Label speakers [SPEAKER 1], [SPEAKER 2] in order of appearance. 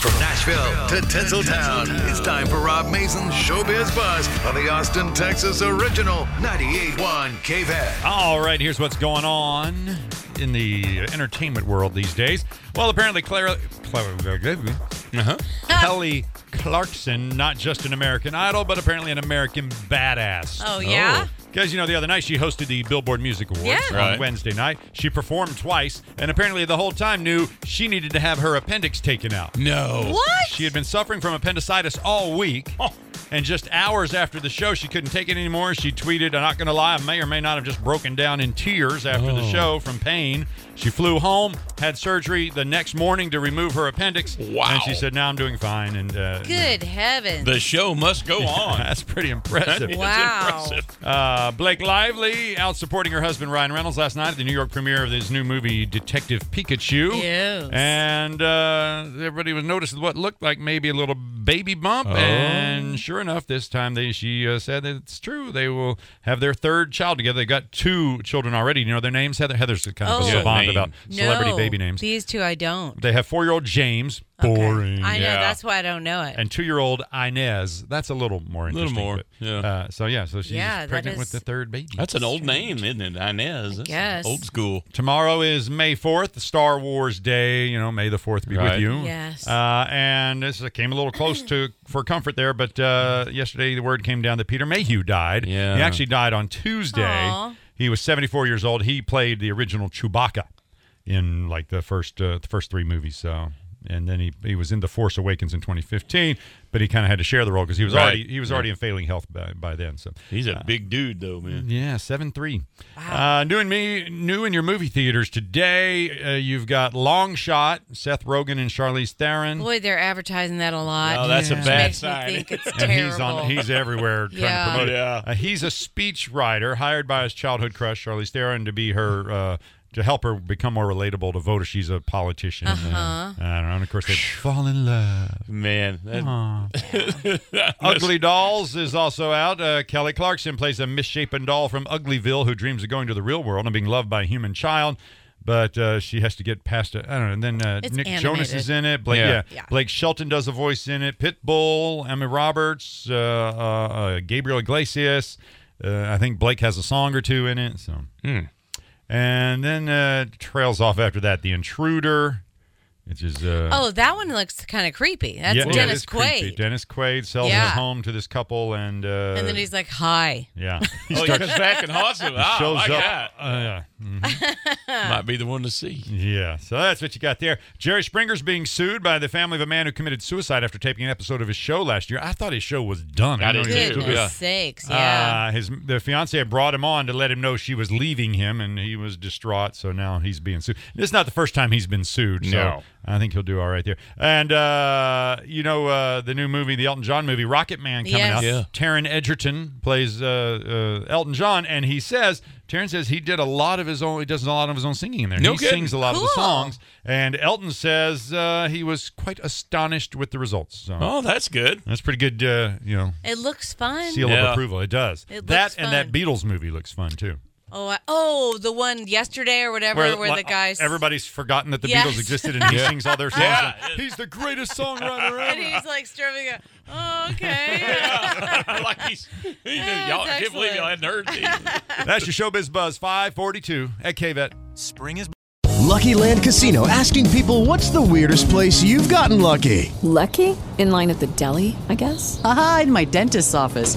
[SPEAKER 1] From Nashville to Tinseltown, it's time for Rob Mason's Showbiz Buzz on the Austin, Texas original 98.1 KVAD.
[SPEAKER 2] All right, here's what's going on in the entertainment world these days. Well, apparently, Clara, Clara uh-huh. Kelly Clarkson, not just an American Idol, but apparently an American badass.
[SPEAKER 3] Oh, yeah?
[SPEAKER 2] Because, you know, the other night she hosted the Billboard Music Awards
[SPEAKER 3] Yeah.
[SPEAKER 2] on
[SPEAKER 4] Right.
[SPEAKER 2] Wednesday night. She performed twice, and apparently the whole time knew she needed to have her appendix taken out.
[SPEAKER 4] No.
[SPEAKER 3] What?
[SPEAKER 2] She had been suffering from appendicitis all week. And just hours after the show, she couldn't take it anymore. She tweeted, I'm not going to lie, I may or may not have just broken down in tears after
[SPEAKER 4] Oh.
[SPEAKER 2] the show from pain. She flew home, had surgery the next morning to remove her appendix.
[SPEAKER 4] Wow.
[SPEAKER 2] And she said, Now I'm doing fine. And uh,
[SPEAKER 3] Good heavens.
[SPEAKER 4] The show must go on.
[SPEAKER 2] That's pretty impressive.
[SPEAKER 4] It's
[SPEAKER 3] Wow.
[SPEAKER 4] impressive.
[SPEAKER 2] Uh, Blake Lively out supporting her husband Ryan Reynolds last night at the New York premiere of his new movie Detective Pikachu.
[SPEAKER 3] Yes.
[SPEAKER 2] And uh, everybody was noticing what looked like maybe a little baby bump.
[SPEAKER 4] Oh.
[SPEAKER 2] And sure enough, this time they she uh, said that it's true. They will have their third child together. They got two children already. You know their names. Heather Heather's kind of
[SPEAKER 3] Oh.
[SPEAKER 2] a
[SPEAKER 3] Yeah,
[SPEAKER 2] savant
[SPEAKER 4] name.
[SPEAKER 2] about celebrity baby names.
[SPEAKER 3] These two I don't.
[SPEAKER 2] they have four-year-old James.
[SPEAKER 3] Okay.
[SPEAKER 2] Boring
[SPEAKER 3] I know.
[SPEAKER 4] yeah.
[SPEAKER 3] That's why I don't know it.
[SPEAKER 2] and two-year-old Inez. That's a little more
[SPEAKER 4] Little
[SPEAKER 2] interesting.
[SPEAKER 4] more, yeah.
[SPEAKER 2] Uh, so yeah, so she's
[SPEAKER 3] Yeah, that
[SPEAKER 2] pregnant with
[SPEAKER 3] is-
[SPEAKER 2] the third baby.
[SPEAKER 4] That's an old name, isn't it? Inez. That's
[SPEAKER 3] guess.
[SPEAKER 4] Old school.
[SPEAKER 2] Tomorrow is May 4th, Star Wars Day. You know, May the 4th be with
[SPEAKER 4] Right.
[SPEAKER 2] you.
[SPEAKER 3] Yes.
[SPEAKER 2] Uh, and this is- came a little close to for comfort there, but uh, yesterday the word came down that Peter Mayhew died.
[SPEAKER 4] Yeah.
[SPEAKER 2] He actually died on Tuesday.
[SPEAKER 3] Aw.
[SPEAKER 2] He was 74 years old. He played the original Chewbacca in like the first uh, the first three movies. So. And then he, he was in The Force Awakens in 2015, but he kind of had to share the role because he was
[SPEAKER 4] Right.
[SPEAKER 2] already he was already in failing health by, by then. So
[SPEAKER 4] He's a big dude, though, man.
[SPEAKER 2] yeah, seven three. Uh, new and me, new in your movie theaters today. Uh, you've got Long Shot, Seth Rogen and Charlize Theron,
[SPEAKER 3] Boy, they're advertising that a lot.
[SPEAKER 4] Oh, that's a
[SPEAKER 3] Which
[SPEAKER 4] bad
[SPEAKER 3] makes me
[SPEAKER 4] sign.
[SPEAKER 3] think it's
[SPEAKER 2] and
[SPEAKER 3] terrible.
[SPEAKER 2] he's on. He's everywhere trying
[SPEAKER 3] Yeah.
[SPEAKER 2] to promote it.
[SPEAKER 4] Yeah.
[SPEAKER 2] Uh, he's a speech writer hired by his childhood crush Charlize Theron to be her. Uh, to help her become more relatable to voters, she's a politician. Uh-huh. And, and of course, they fall in love.
[SPEAKER 4] Man. That, oh,
[SPEAKER 2] Ugly Dolls is also out. Uh, Kelly Clarkson plays a misshapen doll from Uglyville who dreams of going to the real world and being loved by a human child. But uh, she has to get past it. I don't know. And then uh,
[SPEAKER 3] It's
[SPEAKER 2] Nick Jonas
[SPEAKER 3] animated.
[SPEAKER 2] is in it. Blake, yeah.
[SPEAKER 4] Yeah.
[SPEAKER 3] Yeah.
[SPEAKER 2] Blake Shelton does a voice in it. Pitbull, Emmy Roberts, uh, uh, uh, Gabriel Iglesias. Uh, I think Blake has a song or two in it. So, and then uh, trails off after that. The Intruder, which is uh,
[SPEAKER 3] oh, that one looks kind of creepy. That's
[SPEAKER 2] yeah, it
[SPEAKER 3] Dennis
[SPEAKER 2] is creepy.
[SPEAKER 3] Quaid.
[SPEAKER 2] Dennis Quaid sells
[SPEAKER 3] Yeah.
[SPEAKER 2] his home to this couple, and uh,
[SPEAKER 3] and then he's like, "Hi."
[SPEAKER 2] yeah, he
[SPEAKER 4] oh, he
[SPEAKER 2] starts-
[SPEAKER 4] comes back and haunts him. Ah,
[SPEAKER 2] shows
[SPEAKER 4] my
[SPEAKER 2] up.
[SPEAKER 4] God.
[SPEAKER 2] Uh, yeah.
[SPEAKER 4] Might be the one to see.
[SPEAKER 2] yeah, so that's what you got there. Jerry Springer's being sued by the family of a man who committed suicide after taping an episode of his show last year. I thought his show was done.
[SPEAKER 4] I
[SPEAKER 2] know
[SPEAKER 4] did
[SPEAKER 2] he was
[SPEAKER 4] too.
[SPEAKER 2] stupid.
[SPEAKER 3] Goodness
[SPEAKER 4] Yeah.
[SPEAKER 3] sakes, yeah.
[SPEAKER 2] Uh, his the fiance had brought him on to let him know she was leaving him, and he was distraught. So now he's being sued. This is not the first time he's been sued. So
[SPEAKER 4] No.
[SPEAKER 2] I think he'll do all right there. And uh, you know uh, the new movie, the Elton John movie, Rocket Man, coming
[SPEAKER 3] Yes.
[SPEAKER 2] out.
[SPEAKER 4] Yeah.
[SPEAKER 2] Taron Egerton plays uh, uh, Elton John, and he says Taron says he did a lot of his own. He does a lot of his own singing in there.
[SPEAKER 4] No
[SPEAKER 2] he
[SPEAKER 4] kidding.
[SPEAKER 2] sings a lot of the
[SPEAKER 3] Cool.
[SPEAKER 2] songs, and Elton says uh, he was quite astonished with the results. So
[SPEAKER 4] Oh, that's good.
[SPEAKER 2] that's pretty good. Uh, you know
[SPEAKER 3] it looks fun.
[SPEAKER 2] seal of
[SPEAKER 4] Yeah.
[SPEAKER 2] approval. It does.
[SPEAKER 3] It
[SPEAKER 2] that
[SPEAKER 3] looks
[SPEAKER 2] and that
[SPEAKER 3] fun.
[SPEAKER 2] Beatles movie looks fun too.
[SPEAKER 3] oh, I, oh, the one yesterday or whatever, where,
[SPEAKER 2] like,
[SPEAKER 3] the guys.
[SPEAKER 2] everybody's forgotten that the
[SPEAKER 3] Yes.
[SPEAKER 2] Beatles existed and he sings all their songs.
[SPEAKER 4] Yeah.
[SPEAKER 2] and, He's the greatest songwriter ever.
[SPEAKER 3] And he's like strumming. Up. Oh, okay.
[SPEAKER 4] like he's, he- y'all, I can't believe y'all hadn't heard these.
[SPEAKER 2] That's your showbiz buzz 542 at KVET.
[SPEAKER 5] Spring is. Lucky Land Casino asking people what's the weirdest place you've gotten lucky?
[SPEAKER 6] Lucky? In line at the deli, I guess?
[SPEAKER 7] Aha, in my dentist's office.